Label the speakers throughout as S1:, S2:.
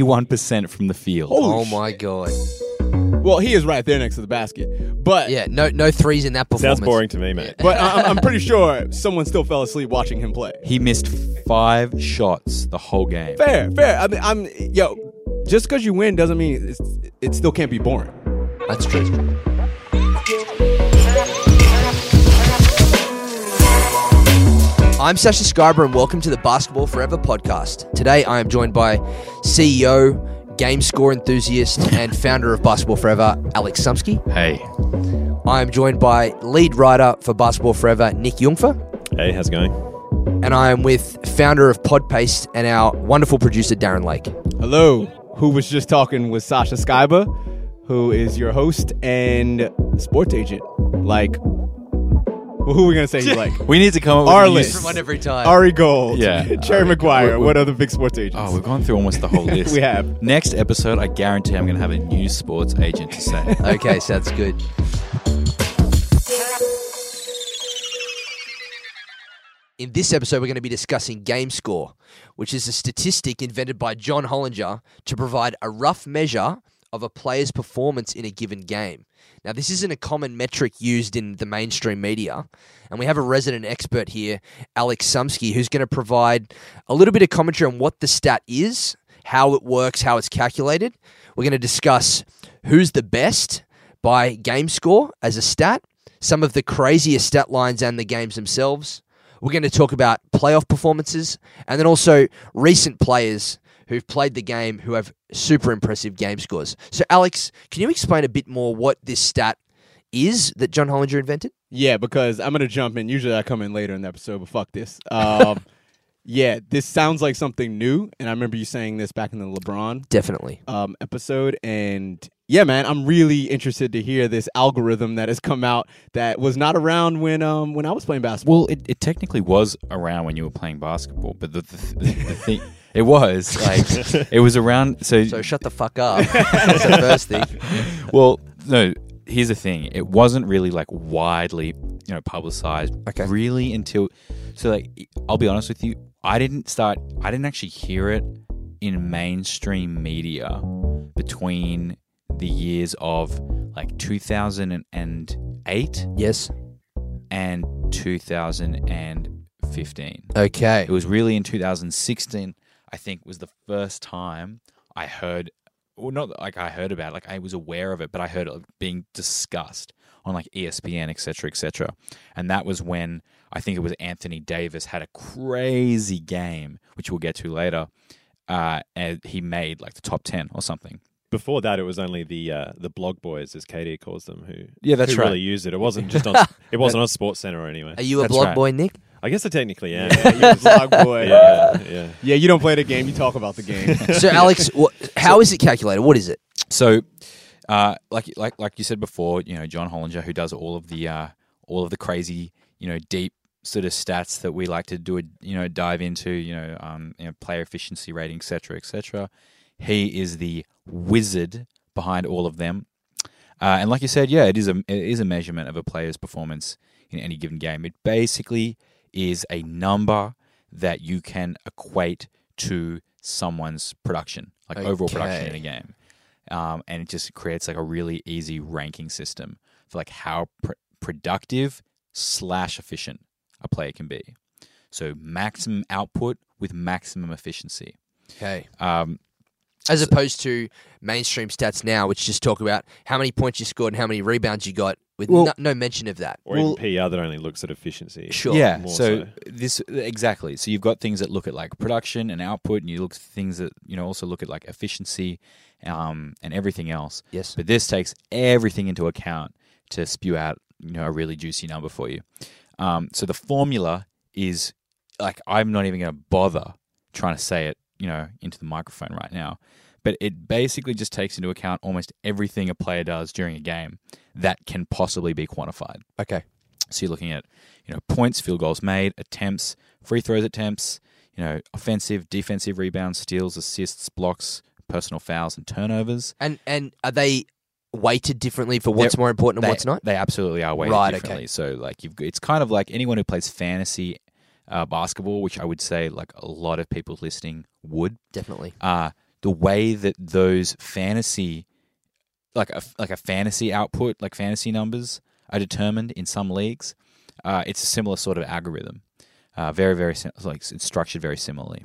S1: 81% from the field.
S2: Oh my god.
S3: Well, he is right there next to the basket, but
S2: Yeah, no no threes in that performance.
S4: Sounds boring to me, mate.
S3: but I- I'm, I'm pretty sure someone still fell asleep watching him play.
S1: He missed five shots the whole game.
S3: Fair, fair. I mean, I'm yo. Just because you win doesn't mean it's, it still can't be boring.
S2: That's true. I'm Sasha Scarborough and welcome to the Basketball Forever podcast. Today I am joined by CEO, game score enthusiast, and founder of Basketball Forever, Alex Sumsky.
S1: Hey.
S2: I am joined by lead writer for Basketball Forever, Nick Jungfer.
S4: Hey, how's it going?
S2: And I am with founder of Podpaste and our wonderful producer, Darren Lake.
S3: Hello, who was just talking with Sasha Skyba, who is your host and sports agent. Like, well, who are we gonna say he's like?
S1: We need to come up with
S3: Our
S1: a new-
S3: list.
S2: Everyone every time.
S3: Ari Gold,
S1: Yeah.
S3: Cherry Maguire. What other big sports agents?
S1: Oh, we've gone through almost the whole list.
S3: We have.
S1: Next episode, I guarantee I'm going to have a new sports agent to say.
S2: okay, sounds good. In this episode, we're going to be discussing game score, which is a statistic invented by John Hollinger to provide a rough measure of a player's performance in a given game. Now, this isn't a common metric used in the mainstream media, and we have a resident expert here, Alex Sumsky, who's going to provide a little bit of commentary on what the stat is, how it works, how it's calculated. We're going to discuss who's the best by game score as a stat, some of the craziest stat lines and the games themselves. We're going to talk about playoff performances and then also recent players who've played the game who have super impressive game scores. So, Alex, can you explain a bit more what this stat is that John Hollinger invented?
S3: Yeah, because I'm gonna jump in. Usually I come in later in the episode, but fuck this. Um, yeah, this sounds like something new, and I remember you saying this back in the LeBron
S2: Definitely.
S3: um, episode. And yeah, man, I'm really interested to hear this algorithm that has come out that was not around when um when I was playing basketball.
S1: Well, it, it technically was around when you were playing basketball, but the, the, th- the thing it was like it was around. So,
S2: So, shut the fuck up. That's the first thing.
S1: well, no. Here's the thing: it wasn't really like widely, you know, publicized.
S2: Okay.
S1: Really until, so like, I'll be honest with you, I didn't start. I didn't actually hear it in mainstream media between the years of like 2008
S2: Yes.
S1: and 2015.
S2: Okay.
S1: It was really in 2016, I think, was the first time I heard, well, not that, like I heard about it, like I was aware of it, but I heard it being discussed on like E ESPN, et cetera, et cetera. And that was when I think it was Anthony Davis had a crazy game, which we'll get to later. Uh, and he made like the top 10 or something.
S4: Before that, it was only the uh, the blog boys, as KD calls them, who
S1: Yeah, that's
S4: who
S1: right.
S4: really used it. It wasn't just on it wasn't on Sports Center or anywhere.
S2: Are you a
S1: That's
S2: blog
S1: right.
S2: boy, Nick?
S4: I guess I technically am.
S3: Yeah, you blog boy.
S4: yeah, yeah.
S3: Yeah, you don't play the game; you talk about the game.
S2: So, Alex, wha how is it calculated? What is it?
S1: So, uh, like like like you said before, you know John Hollinger, who does all of the uh, all of the crazy, you know, deep sort of stats that we like to do a you know dive into, you know, um, you know player efficiency rating, et cetera, et cetera. He is the wizard behind all of them, uh, and like you said, yeah, it is a it is a measurement of a player's performance in any given game. It basically is a number that you can equate to someone's production, like overall production in a game um, and it just creates like a really easy ranking system for like how pr- productive slash efficient a player can be. So maximum output with maximum efficiency.
S2: Okay.
S1: Um,
S2: As opposed to mainstream stats now, which just talk about how many points you scored and how many rebounds you got, with no, no mention of that.
S4: Or
S1: Well-
S4: even PR that only looks at efficiency.
S2: Sure.
S1: yeah.
S4: more
S1: So,
S4: so.
S1: this exactly. So you've got things that look at like production and output, and you look at things that you know also look at like efficiency um, and everything else.
S2: Yes.
S1: But this takes everything into account to spew out, you know, a really juicy number for you. Um, so the formula is like I'm not even going to bother trying to say it, you know, into the microphone right now. But it basically just takes into account almost everything a player does during a game that can possibly be quantified.
S2: Okay.
S1: So you're looking at, you know, points, field goals made, attempts, free throws attempts, you know, offensive, defensive rebounds, steals, assists, blocks, personal fouls, and turnovers.
S2: And and are they weighted differently for what's
S1: They're-
S2: more important and
S1: they,
S2: what's not?
S1: They absolutely are weighted
S2: Right, okay.
S1: differently. So like you've it's kind of like anyone who plays fantasy uh, basketball, which I would say like a lot of people listening would.
S2: Definitely.
S1: Uh, the way that those fantasy, like a like a fantasy output, like fantasy numbers are determined in some leagues, uh, it's a similar sort of algorithm. Uh, very very sim- like it's structured very similarly.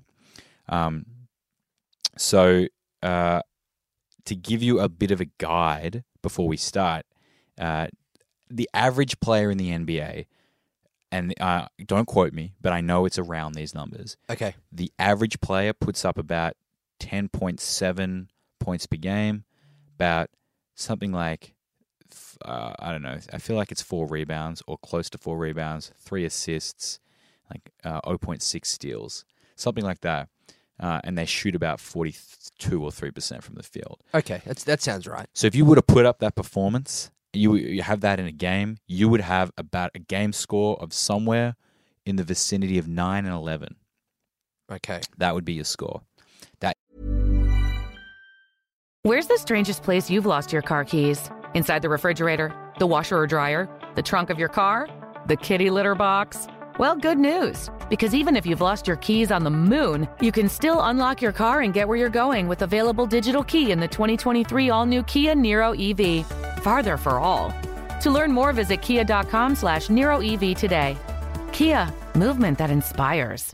S1: Um, so uh, to give you a bit of a guide before we start, uh, the average player in the NBA, and uh, don't quote me, but I know it's around these numbers.
S2: Okay.
S1: The average player puts up about 10.7 points per game, about something like, f- uh, I don't know, I feel like it's four rebounds or close to four rebounds, three assists, like uh, 0.6 steals, something like that. Uh, and they shoot about 42 or 3% from the field.
S2: Okay. That's that sounds right.
S1: So if you would have put up that performance, you you have that in a game, you would have about a game score of somewhere in the vicinity of nine and eleven.
S2: Okay.
S1: That would be your score.
S5: Where's the strangest place you've lost your car keys? Inside the refrigerator, the washer or dryer, the trunk of your car, the kitty litter box? Well, good news, because even if you've lost your keys on the moon, you can still unlock your car and get where you're going with available digital key in the 2023 all-new Kia Niro EV. Farther for all. To learn more, visit kia.com slash Niro EV today. Kia, movement that inspires.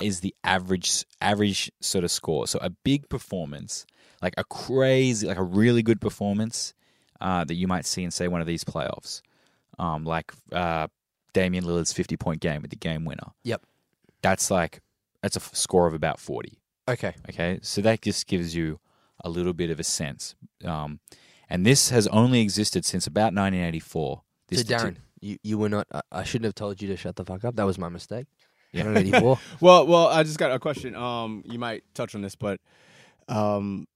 S1: Is the average average sort of score. So a big performance, like a crazy, like a really good performance uh, that you might see in say one of these playoffs, um, like uh, Damian Lillard's fifty point game with the game winner.
S2: Yep.
S1: That's like that's a f- score of about forty.
S2: Okay.
S1: Okay, so that just gives you a little bit of a sense. Um, and this has only existed since about 1984. This
S2: So Darren,
S1: stati-
S2: you, you were not. I, I shouldn't have told you to shut the fuck up. That was my mistake.
S1: Yeah.
S2: Yeah. Not 84.
S3: Well, well, I just got a question. Um, you might touch on this, but um,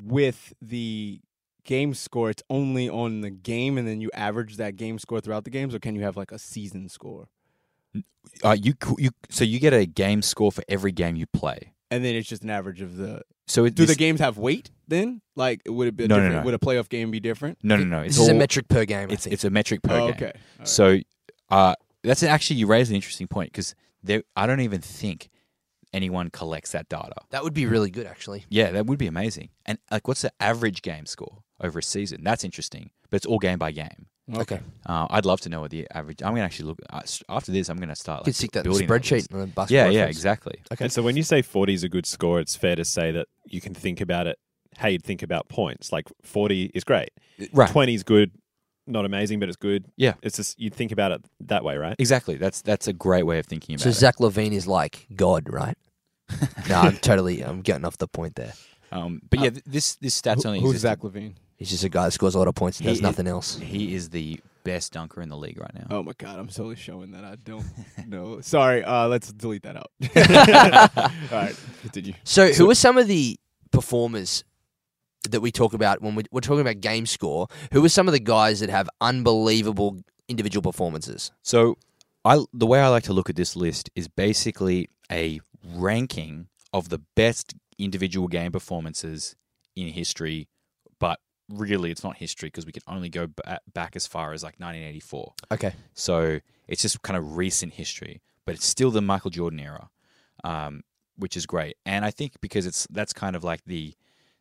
S3: with the game score, it's only on the game, and then you average that game score throughout the games, or can you have like a season score?
S1: uh, you cou- you so you get a game score for every game you play.
S3: And then it's just an average of the.
S1: So it,
S3: Do the
S1: this-
S3: games have weight then? Like, would it be
S1: No, no,
S3: different?
S1: no.
S3: Would a playoff game be different?
S1: No, no, no. It's
S2: this is a
S1: all-
S2: metric per game. I
S1: It's
S2: think.
S1: it's a metric per
S3: Oh,
S1: game.
S3: okay. All right.
S1: So uh, that's actually you raise an interesting point because I don't even think anyone collects that data.
S2: that would be really good, actually.
S1: Yeah, that would be amazing. And like, what's the average game score over a season? That's interesting, but it's all game by game.
S2: Okay.
S1: Uh, I'd love to know what the average. I'm gonna actually look uh, s- after this. I'm gonna start
S2: You
S1: like,
S2: can stick that in the
S1: building
S2: spreadsheet
S1: list.
S2: and then bus
S1: yeah, yeah,
S2: reference.
S1: exactly.
S2: Okay.
S4: And so when you say 40 is a good score, it's fair to say that you can think about it how you'd think about points. Like 40 is great.
S3: Uh,
S1: Right.
S4: 20 is good, not amazing, but it's good.
S1: Yeah.
S4: It's just, you'd think about it that way, right?
S1: Exactly. That's that's a great way of thinking about
S2: So
S1: it.
S2: Zach Levine is like God, right? no, I'm totally. I'm getting off the point there.
S1: Um, but yeah,
S2: uh,
S1: th- this this stat's only
S3: who's
S1: existed-
S3: Zach Levine?
S2: He's just a guy that scores a lot of points and does
S1: He-
S2: nothing else.
S1: He is the best dunker in the league right now.
S3: Oh my god, I'm totally showing that I don't know. Sorry, uh, let's delete that out. All right, continue.
S2: So, who are some of the performers that we talk about when we- we're talking about game score? Who are some of the guys that have unbelievable individual performances?
S1: So, I the way I like to look at this list is basically a ranking of the best individual game performances in history, but really it's not history because we can only go ba- back as far as like 1984.
S2: Okay.
S1: So it's just kind of recent history, but it's still the Michael Jordan era, um, which is great. And I think because it's that's kind of like the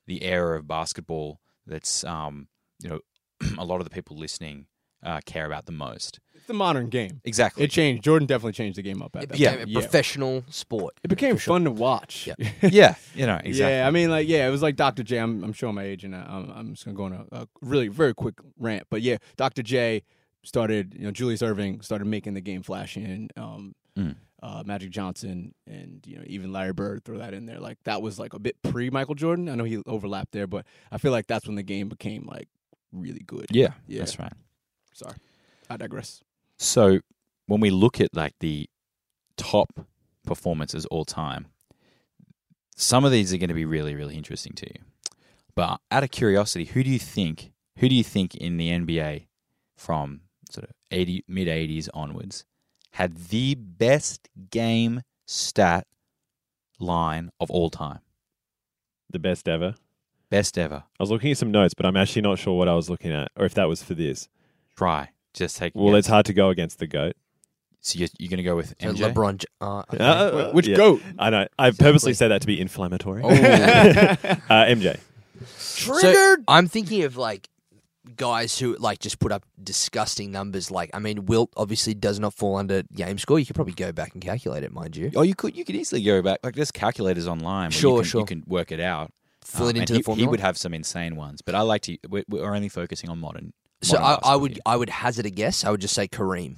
S1: the era of basketball that's um, you know a lot of the people listening uh, care about the most.
S3: It's the modern game.
S1: Exactly.
S3: It changed. Jordan definitely changed the game up at
S2: It
S3: that.
S2: became
S3: point.
S2: a professional sport.
S3: It became fun to watch.
S2: Yeah.
S1: yeah, you know exactly.
S3: Yeah, I mean, like, yeah, it was like Dr. J. I'm, I'm showing my age, and I, I'm, I'm just gonna go on a, a really very quick rant. But yeah, Dr. J. started, you know, Julius Irving started making the game flashy, and um,
S1: Mm.
S3: uh, Magic Johnson, and you know, even Larry Bird throw that in there. Like that was like a bit pre Michael Jordan. I know he overlapped there, but I feel like that's when the game became like really good.
S1: yeah,
S3: Yeah.
S1: that's right.
S3: Sorry, I digress.
S1: So when we look at like the top performances all time, some of these are going to be really, really interesting to you. But out of curiosity, who do you think? Who do you think in the NBA from sort of eighty mid eighties onwards had the best game stat line of all time,
S4: The best ever.
S1: best ever?
S4: I was looking at some notes, but I'm actually not sure what I was looking at or if that was for this.
S1: Try just take. a
S4: Well,
S1: guess.
S4: it's hard to go against the GOAT.
S1: So you're, you're going to go with
S2: So
S1: MJ?
S2: LeBron. J- Uh, okay.
S4: Uh,
S3: Which
S4: yeah.
S3: goat?
S4: I know. I purposely said that to be inflammatory.
S3: Oh.
S4: uh, MJ.
S2: Triggered. I'm thinking of like guys who like just put up disgusting numbers. Like, I mean, Wilt obviously does not fall under game score. You could probably go back and calculate it, mind you.
S1: Oh, you could you could easily go back. Like there's calculators online. Where
S2: Sure,
S1: you can,
S2: sure.
S1: You can work it out. Um,
S2: Fill it
S1: and
S2: into
S1: Oh, he,
S2: the formula.
S1: He would have some insane ones, but I like to. We're, we're only focusing on modern.
S2: So
S1: modern
S2: I, I
S1: basketball
S2: would
S1: here.
S2: I would hazard a guess. I would just say Kareem.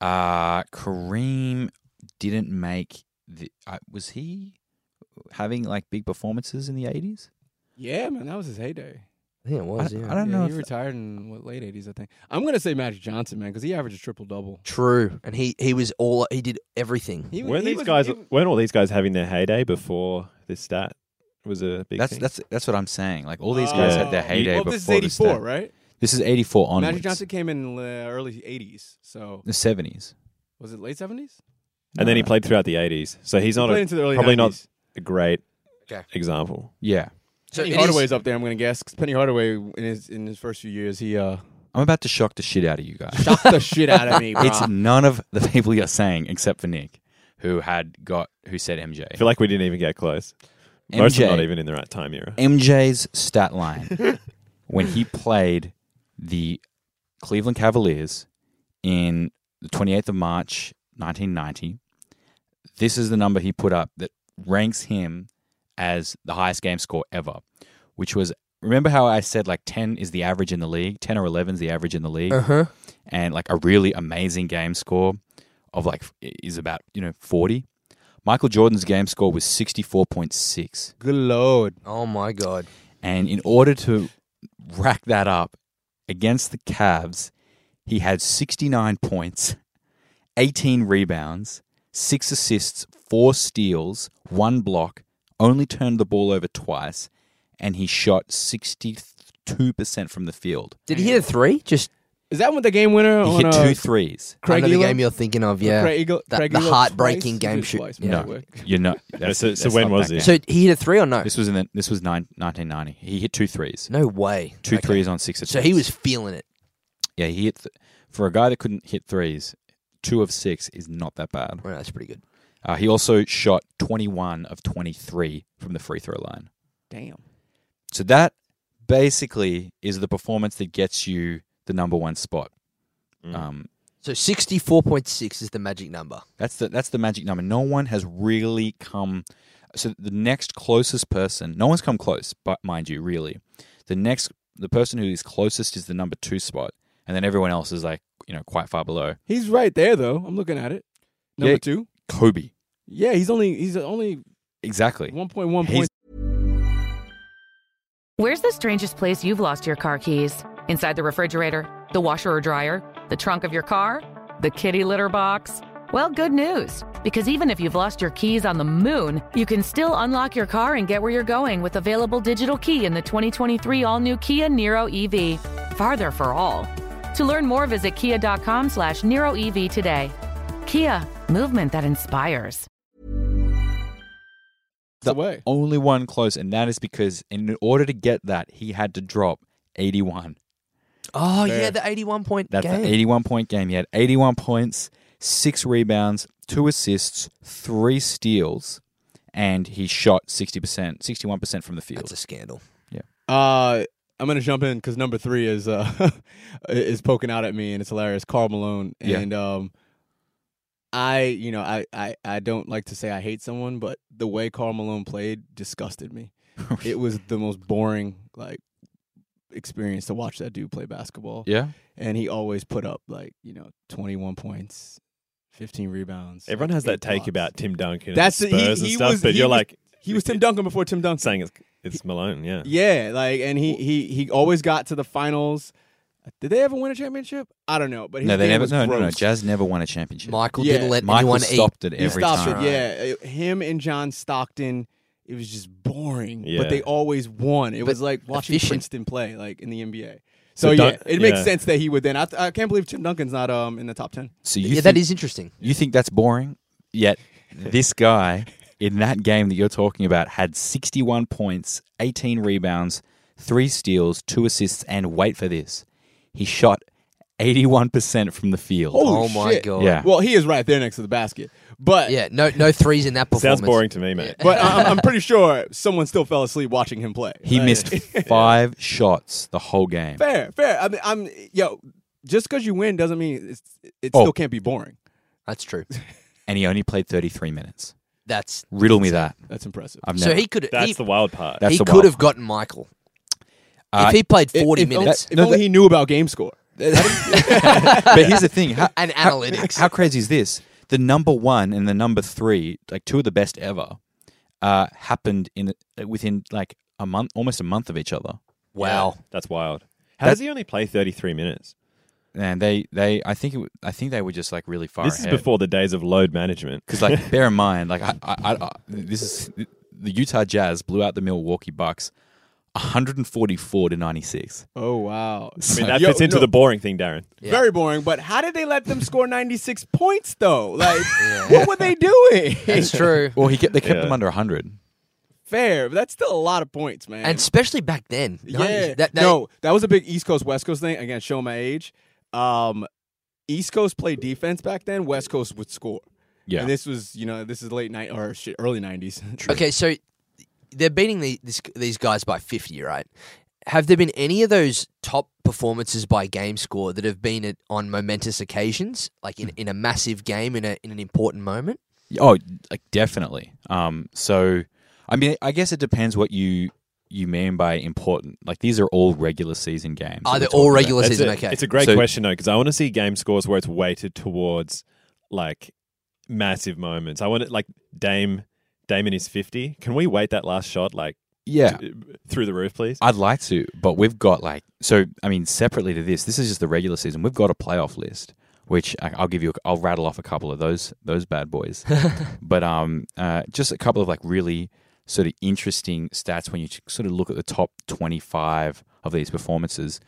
S1: Uh, Kareem didn't make the. Uh, was he having like big performances in the eighties?
S3: Yeah, man, that was his heyday.
S2: Yeah, it was.
S1: I-
S2: yeah.
S1: I don't
S3: yeah,
S1: know
S3: He
S1: if-
S3: retired in what late '80s, I think. I'm gonna say Magic Johnson, man, because he averaged a triple double.
S2: True, and he he was all he did everything.
S3: He,
S4: Weren't
S3: he
S4: these
S3: was-
S4: guys?
S3: he was-
S4: weren't all these guys having their heyday before this stat was a big
S1: That's
S4: thing?
S1: that's that's what I'm saying. Like all these guys had their
S3: Oh.
S1: heyday
S3: Well,
S1: before
S3: this is
S1: the
S3: '84,
S1: stat.
S3: right?
S1: This is eighty four onwards.
S3: Magic Johnson came in the early '80s, so
S1: the seventies.
S3: was it late '70s?
S4: and then he played throughout the '80s, so he's not
S3: Played
S4: a,
S3: into the early
S4: probably
S3: 90s.
S4: not a great
S2: Okay.
S4: example.
S1: Yeah,
S2: So
S3: Penny
S2: it is-
S3: Hardaway's up there. I'm gonna guess 'cause Penny Hardaway in his in his first few years, he uh,
S1: I'm about to shock the shit out of you guys.
S3: shot the shit out of me.
S1: it's
S3: bruh.
S1: none of the people you're saying except for Nick, who had got who said MJ.
S4: I feel like we didn't even get close. Most
S1: MJ.
S4: are not even in the right time era.
S1: MJ's stat line when he played the Cleveland Cavaliers in the 28th of March 1990. This is the number he put up that ranks him as the highest game score ever, which was remember how I said like 10 is the average in the league, 10 or 11 is the average in the league,
S2: Uh-huh.
S1: and like a really amazing game score of like is about, you know, 40. Michael Jordan's game score was 64.6.
S3: Good lord.
S2: Oh my god.
S1: And in order to rack that up against the Cavs, he had 69 points, 18 rebounds, six assists, four steals, one block, only turned the ball over twice, and he shot 62% from the field.
S2: Did he hit a three? Just
S3: Is that what the game winner?
S1: He
S3: on,
S1: hit
S3: uh,
S1: two threes.
S3: Craig
S2: I know the
S3: Eagle?
S2: game you're thinking of. Yeah.
S3: Craig Eagle,
S2: The-
S3: Craig
S2: the
S3: Eagle
S2: heartbreaking
S3: twice? He
S2: game
S3: did
S2: shoot.
S3: twice,
S1: Yeah.
S3: by the way.
S1: You're not. That's,
S4: So- so
S1: that's
S4: when
S1: not
S4: was
S1: that
S4: this?
S1: game.
S2: So he hit a three or no?
S1: This was in the, this was nine, 1990. He hit two threes,
S2: No way.
S1: two
S2: Okay.
S1: threes on six attempts.
S2: So he was feeling it.
S1: Yeah, he hit th- for a guy that couldn't hit threes. Two of six is not that bad.
S2: Well, that's pretty good.
S1: Uh, he also shot 21 of 23 from the free throw line.
S3: Damn.
S1: So that basically is the performance that gets you the number one spot.
S2: Mm.
S1: Um,
S2: So sixty-four point six is the magic number.
S1: that's the that's the magic number. No one has really come. So the next closest person, no one's come close, but mind you, really, the next the person who is closest is the number two spot, and then everyone else is like you know quite far below.
S3: He's right there though. I'm looking at it. Number
S1: Yeah.
S3: two.
S1: Kobe,
S3: Yeah, he's only he's only
S1: exactly.
S3: 1.1 points.
S1: He's
S5: Where's the strangest place you've lost your car keys? Inside the refrigerator, the washer or dryer, the trunk of your car, the kitty litter box? Well, good news, because even if you've lost your keys on the moon, you can still unlock your car and get where you're going with available digital key in the 2023 all-new Kia Niro EV. Farther for all. To learn more, visit kia.com slash Niro EV today. Kia, movement that inspires.
S1: the
S3: away.
S1: only one close, and that is because in order to get that, he had to drop 81.
S2: Oh
S3: Fair.
S2: yeah, the eighty-one point
S1: That's
S2: game.
S1: the 81 point game. He had 81 points, six rebounds, two assists, three steals, and he shot 60%, 61% from the
S2: That's
S1: field.
S2: a scandal.
S3: Uh, I'm gonna jump in because number three is uh is poking out at me and it's hilarious. Carl Malone
S1: Yeah.
S3: and um, I you know I, I I don't like to say I hate someone, but the way Carl Malone played disgusted me. it was the most boring like experience to watch that dude play basketball.
S1: yeah.
S3: And he always put up like you know 21 points, 15 rebounds.
S4: Everyone
S3: like,
S4: has that
S3: eight
S4: take
S3: blocks.
S4: about Tim Duncan.
S3: That's
S4: and
S3: he-
S4: Spurs and
S3: he
S4: stuff,
S3: was-
S4: but
S3: he
S4: you're
S3: was-
S4: like
S3: He was Tim Duncan before Tim Duncan.
S4: saying it's, it's Malone. Yeah,
S3: Yeah, like and he he he always got to the finals. Did they ever win a championship? I don't know, but his
S1: No, they
S3: game
S1: never.
S3: was
S1: No, no, no.
S3: gross.
S1: Jazz never won a championship.
S2: Michael
S3: Yeah.
S2: didn't let
S1: Michael
S2: anyone eat.
S1: stopped it
S3: he
S1: every
S3: stopped
S1: time.
S3: it. Yeah, Uh, him and John Stockton. It was just boring,
S4: Yeah.
S3: but they always won. It was like watching
S2: efficient.
S3: Princeton play, like in the NBA. So,
S4: So
S3: yeah,
S4: Dun-
S3: it makes
S4: yeah.
S3: sense that he would then. I, I can't believe Tim Duncan's not um in the top ten.
S1: So you,
S2: Yeah,
S1: think,
S2: that is interesting.
S1: you think that's boring? Yet this guy in that game that you're talking about had 61 points, 18 rebounds, three steals, two assists, and wait for this. He shot 81% from from the field.
S3: Holy
S2: Oh my
S3: shit.
S2: God.
S1: Yeah.
S3: Well, he is right there next to the basket, but
S2: Yeah, no, no threes in that performance.
S4: Sounds boring to me, mate.
S3: but I- I'm, I'm pretty sure someone still fell asleep watching him play.
S1: He
S3: Like-
S1: missed five shots the whole game.
S3: Fair, fair. I mean, I'm yo. Just because you win doesn't mean it's, it
S1: Oh.
S3: still can't be boring.
S2: That's true.
S1: And he only played 33 minutes.
S2: That's
S1: Riddle me that.
S3: That's impressive.
S1: I've
S2: so
S1: never.
S2: he could.
S4: That's
S2: he,
S4: the wild part.
S1: That's
S2: he
S1: the
S2: could
S1: wild
S2: have
S1: card.
S2: gotten Michael
S1: Uh,
S2: if he played
S3: If-
S2: forty
S3: if, only-
S2: minutes
S3: If only he knew about game score.
S1: but here's the thing. How,
S2: and analytics.
S1: how crazy is this? The number one and the number three, like two of the best ever, uh, happened in uh, within like a month, almost a month of each other.
S2: wow,
S4: That's wild. How does he only play 33 minutes?
S1: And they, they, I think, it, wa- I think they were just like really far.
S4: This is before the days of load management.
S1: because, like, bear in mind, like, I, I, I, I- this is the Utah Jazz blew out the Milwaukee Bucks, 144 to 96.
S3: Oh wow.
S4: I mean, that
S3: Yo,
S4: fits into
S3: no,
S4: the boring thing, Darren.
S2: Yeah.
S3: Very boring, but how did they let them score 96 points though? Like, what were they doing?
S2: that's true.
S1: Well, he kept, they kept
S4: Yeah.
S1: them under 100.
S3: Fair, but that's still a lot of points, man.
S2: and especially back then.
S3: yeah,
S2: that, that,
S3: no, that was a big East Coast West Coast thing. Again, showing my age. Um, East Coast played defense back then. West Coast would score.
S1: Yeah.
S3: And this was, you know, this is late night or shit, early 90s.
S2: Okay, so they're beating the, this, these guys by fifty, right? Have there been any of those top performances by game score that have been at, on momentous occasions, like in, in a massive game in a in an important moment?
S1: Oh, like definitely. Um, so I mean, I guess it depends what you you mean by important. Like these are all regular season games.
S2: Are
S1: that
S2: they
S1: we're talking
S2: all
S1: about.
S2: regular
S4: That's
S2: season?
S4: a,
S2: okay,
S4: It's a great
S1: So-
S4: question, though, because I want to see game scores where it's weighted towards like massive moments. I want it like Dame, Dame in his 50. Can we wait that last shot like
S1: Yeah,
S4: t- through the roof, please?
S1: I'd like to, but we've got like so. I mean, separately to this, this is just the regular season. We've got a playoff list, which I, I'll give you. A, I'll rattle off a couple of those those bad boys, but um, uh, just a couple of like really sort of interesting stats when you sort of look at the top twenty five of these performances.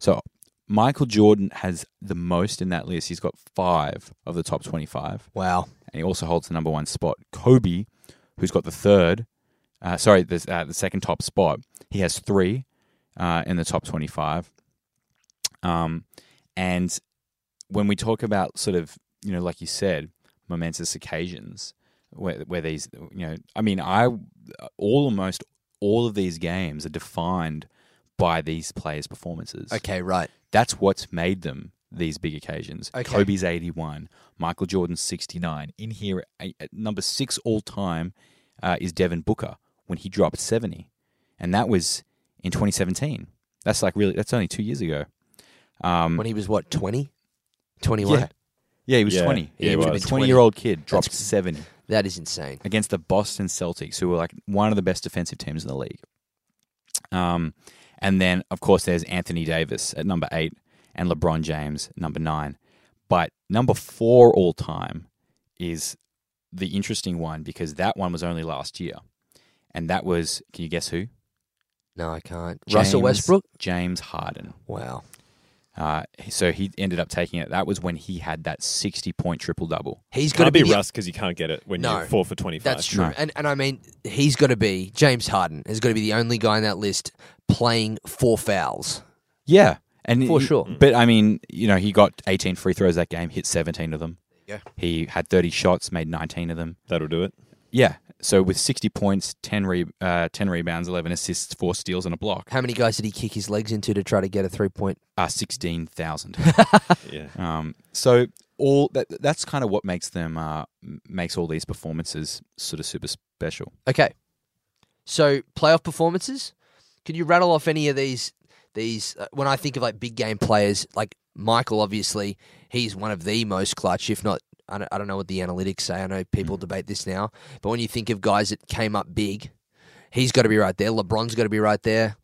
S1: So Michael Jordan has the most in that list. He's got five of the top twenty five,
S2: wow.
S1: and he also holds the number one spot. Kobe, who's got the third, uh, sorry, the, uh, the second top spot, he has three uh, in the top 25. Um, and when we talk about sort of, you know, like you said, momentous occasions where, where these, you know, I mean, I almost all of these games are defined by these players' performances.
S2: Okay, right.
S1: That's what's made them these big occasions.
S2: Okay.
S1: Kobe's 81, Michael Jordan's 69. In here, at at number six all time uh, is Devin Booker when he dropped 70. And that was in 2017. That's like really, that's only two years ago. Um,
S2: When he was what 20? 21.
S1: Yeah. yeah, he was
S4: Yeah.
S1: 20.
S4: Yeah, he
S1: was
S4: was.
S1: a 20 year old kid, dropped
S2: That's-
S1: 70
S2: That is insane.
S1: against the Boston Celtics, who were like one of the best defensive teams in the league. Um, and then, of course, there's Anthony Davis at number eight and LeBron James number nine. But number four all time is the interesting one because that one was only last year. And that was, can you guess who?
S2: No, I can't. Russell
S1: James-
S2: Westbrook?
S1: James Harden.
S2: Wow.
S1: Uh, so he ended up taking it. That was when he had that 60 point triple double.
S2: He's got to
S4: Can't
S2: be,
S4: be
S2: the-
S4: Russ because you can't get it when
S2: No.
S4: you're four for 25.
S2: That's true.
S1: No.
S2: And and I mean, he's got to be James Harden has got to be the only guy in that list playing four fouls.
S1: Yeah. And
S2: For sure.
S1: But I mean, you know, he got 18 free throws that game, hit 17 of them.
S2: Yeah.
S1: He had 30 shots, made 19 of them.
S4: That'll do it.
S1: Yeah. So with 60 points, 10, re- uh, 10 rebounds, 11 assists, 4 steals, and a block,
S2: How many guys did he kick his legs into to try to get a three point?
S1: uh, 16,000.
S4: Yeah.
S1: um, so all that, that's kind of what makes them, uh, m- makes all these performances sort of super special.
S2: Okay. So playoff performances. Can you rattle off any of these? These uh, when I think of like big game players, like Michael, obviously he's one of the most clutch, if not. I don't, I don't know what the analytics say. I know people
S1: Mm-hmm.
S2: debate this now, but when you think of guys that came up big, he's got to be right there. LeBron's got to be right there.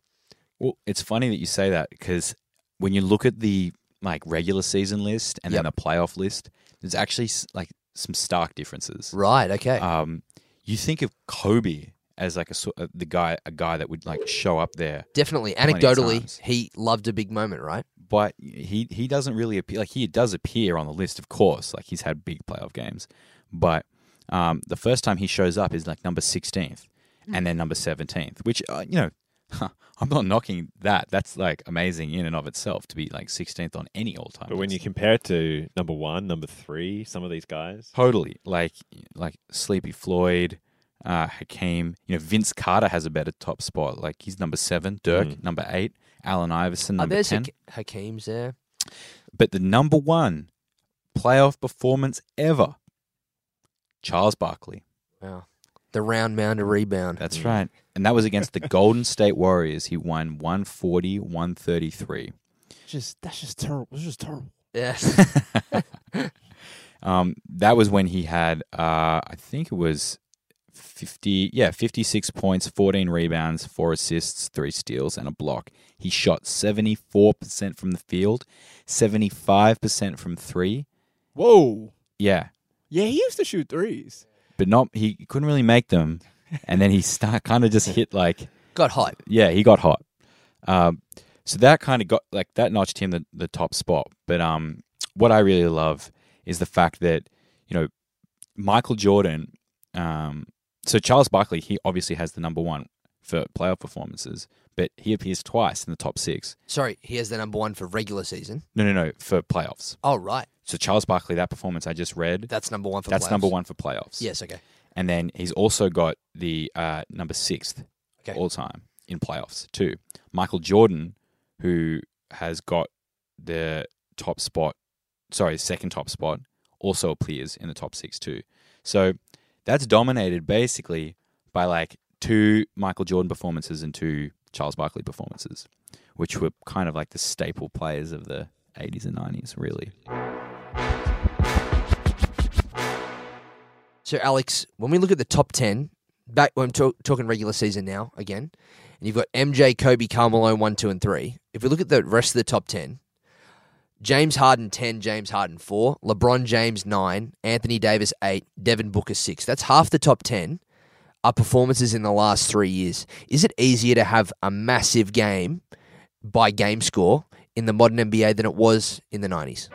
S1: Well, it's funny that you say that because when you look at the like regular season list and then
S2: Yep.
S1: the playoff list, there's actually s- like some stark differences.
S2: Right. Okay.
S1: um, you think of Kobe as like a sor- uh, the guy a guy that would like show up there,
S2: Definitely.
S1: plenty of
S2: Anecdotally,
S1: times.
S2: he loved a big moment, right?
S1: but he he doesn't really appear like he does appear on the list, of course. Like he's had big playoff games, but um, the first time he shows up is like number sixteenth, and then number seventeenth, which uh, you know I'm not knocking that. That's like amazing in and of itself to be like 16th on any all time.
S4: But when you compare it to number one, number three, some of these guys,
S1: totally like like Sleepy Floyd, uh, Hakeem, you know Vince Carter has a better top spot. Like he's number seven. Dirk number eight. Allen Iverson
S2: Oh,
S1: number
S2: there's
S1: ten.
S2: Hak- Hakeem's there.
S1: But the number one playoff performance ever, Charles Barkley.
S2: Wow. The round mound of rebound.
S1: That's right. And that was against the Golden State Warriors. He won 140, 133.
S3: Just that's just terrible. It's just terrible.
S2: Yes.
S1: Um, that was when he had, uh, I think it was 50, yeah, 56 points, 14 rebounds, four assists, three steals, and a block. He shot 74% from the field, 75% from three.
S3: Whoa.
S1: Yeah,
S3: Yeah, he used to shoot threes.
S1: but not, he couldn't really make them. And then he start kind of just hit like,
S2: Got hype.
S1: yeah, he got hot. Um, so that kind of got like that notched him the, the top spot. But um, what I really love is the fact that you know Michael Jordan. Um, so Charles Barkley, he obviously has the number one for playoff performances, but he appears twice in the top six.
S2: Sorry, he has the number one for regular season.
S1: No, no, no, for playoffs.
S2: Oh, right.
S1: So Charles Barkley, that performance I just read,
S2: That's number one for
S1: that's
S2: playoffs.
S1: number one for playoffs.
S2: Yes, okay.
S1: and then he's also got the uh, number sixth
S2: Okay.
S1: all time in playoffs too. Michael Jordan, who has got the top spot, sorry, second top spot, also appears in the top six too. So that's dominated basically by like two Michael Jordan performances and two Charles Barkley performances, which were kind of like the staple players of the 80s and 90s, really.
S2: So, Alex, when we look at the top 10, back when I'm talk, talking regular season now again, and you've got MJ, Kobe, Carmelo, 1, 2, and 3. If we look at the rest of the top 10, James Harden, 10, James Harden, 4, LeBron James, 9, Anthony Davis, 8, Devin Booker, 6. That's half the top 10 are performances in the last three years. Is it easier to have a massive game by game score in the modern NBA than it was in the 90s?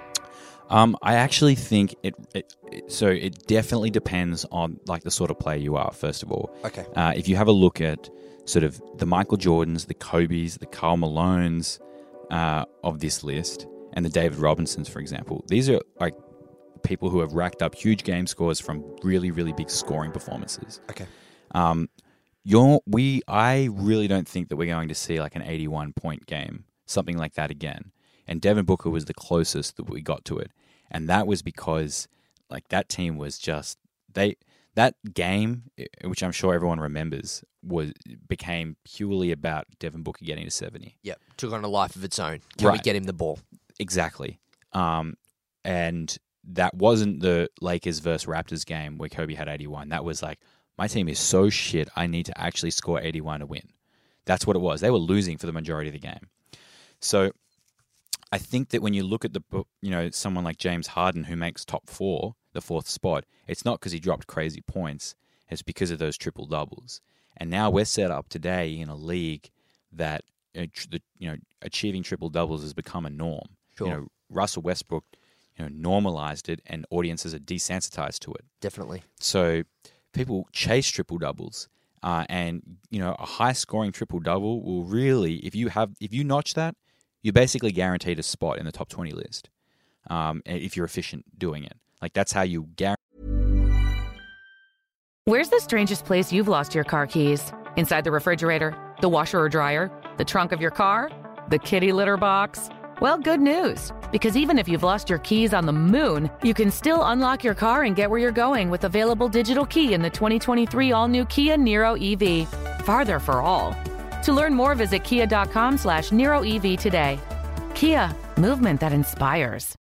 S1: Um, I actually think it, it, it. So it definitely depends on like the sort of player you are. First of all,
S2: Okay.
S1: uh, if you have a look at sort of the Michael Jordans, the Kobe's, the Carl Malones uh, of this list, and the David Robinsons, for example, these are like people who have racked up huge game scores from really, really big scoring performances.
S2: Okay.
S1: Um, you're we. I really don't think that we're going to see like an 81 point game, something like that again. And Devin Booker was the closest that we got to it, and that was because like that team was just they that game, i- which I'm sure everyone remembers, was became purely about Devin Booker getting to 70.
S2: Yep. Took on a life of its own. Can we
S1: Right.
S2: get him the ball?
S1: Exactly. Um, and that wasn't the Lakers versus Raptors game where Kobe had 81. That was like, my team is so shit, I need to actually score 81 to win. That's what it was. They were losing for the majority of the game. So I think that when you look at the, bo- you know, someone like James Harden who makes top four, the fourth spot, it's not because he dropped crazy points, it's because of those triple doubles. And now we're set up today in a league that, you know, tr- the, you know achieving triple doubles has become a norm.
S2: Sure.
S1: You know, Russell Westbrook, you know, normalized it and audiences are desensitized to it.
S2: Definitely.
S1: So people chase triple doubles, uh, and you know a high scoring triple double will really, if you have, if you notch that, you're basically guaranteed a spot in the top twenty list. Um, and if you're efficient doing it, like that's how you guarantee.
S5: Where's the strangest place you've lost your car keys? Inside the refrigerator, the washer or dryer, the trunk of your car, the kitty litter box? Well, good news, because even if you've lost your keys on the moon, you can still unlock your car and get where you're going with available digital key in the 2023 all-new Kia Niro EV. Farther for all. To learn more, visit kia.com slash Niro EV today. Kia, movement that inspires.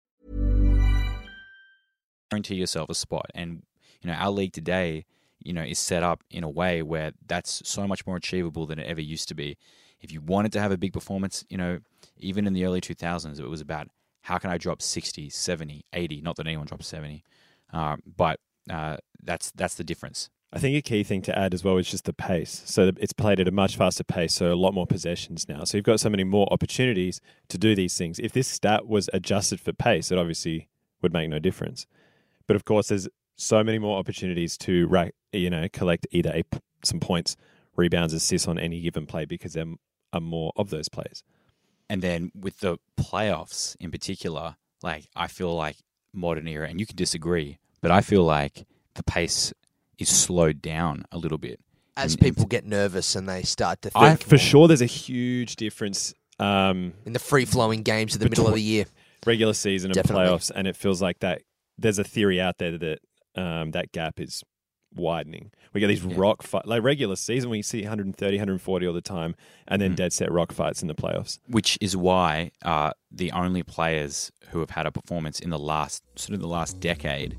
S1: guarantee yourself a spot. And you know, our league today, you know, is set up in a way where that's so much more achievable than it ever used to be. If you wanted to have a big performance, you know, even in the early 2000s, it was about how can I drop 60, 70, 80, not that anyone drops 70. Uh, but uh, that's that's the difference.
S4: I think a key thing to add as well is just the pace. So that it's played at a much faster pace, so a lot more possessions now. So you've got so many more opportunities to do these things. If this stat was adjusted for pace, it obviously would make no difference. But of course, there's so many more opportunities to ra- you know collect either a p some points rebounds, assists on any given play because there are more of those plays.
S1: And then with the playoffs in particular, like I feel like modern era, and you can disagree, but I feel like the pace is slowed down a little bit.
S2: As
S1: In- in-
S2: people get nervous and they start to think
S4: I, for sure, there's a huge difference um,
S2: in the free flowing games of the middle of the year.
S4: regular season and
S2: Definitely.
S4: playoffs, and it feels like that. There's a theory out there that um, that gap is widening. We get these rock fight like regular season. We see 130, 140 all the time, and then dead set rock fights in the playoffs.
S1: which is why uh, the only players who have had a performance in the last sort of the last decade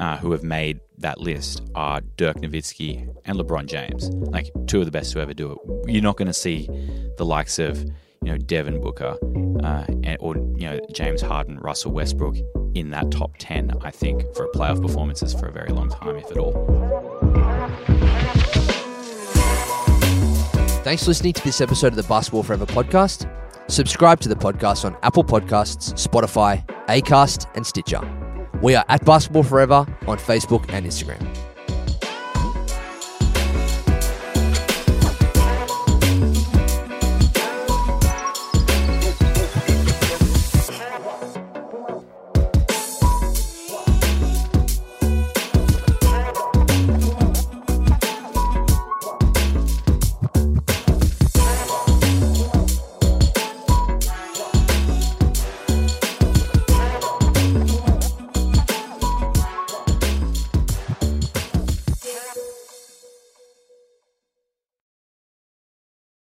S1: uh, who have made that list are Dirk Nowitzki and LeBron James, like two of the best to ever do it. You're not going to see the likes of you know Devin Booker uh, and, or you know James Harden, Russell Westbrook in that top ten. I think for playoff performances for a very long time, if at all.
S2: Thanks for listening to this episode of the Basketball Forever podcast. Subscribe to the podcast on Apple Podcasts, Spotify, Acast, and Stitcher. We are at Basketball Forever on Facebook and Instagram.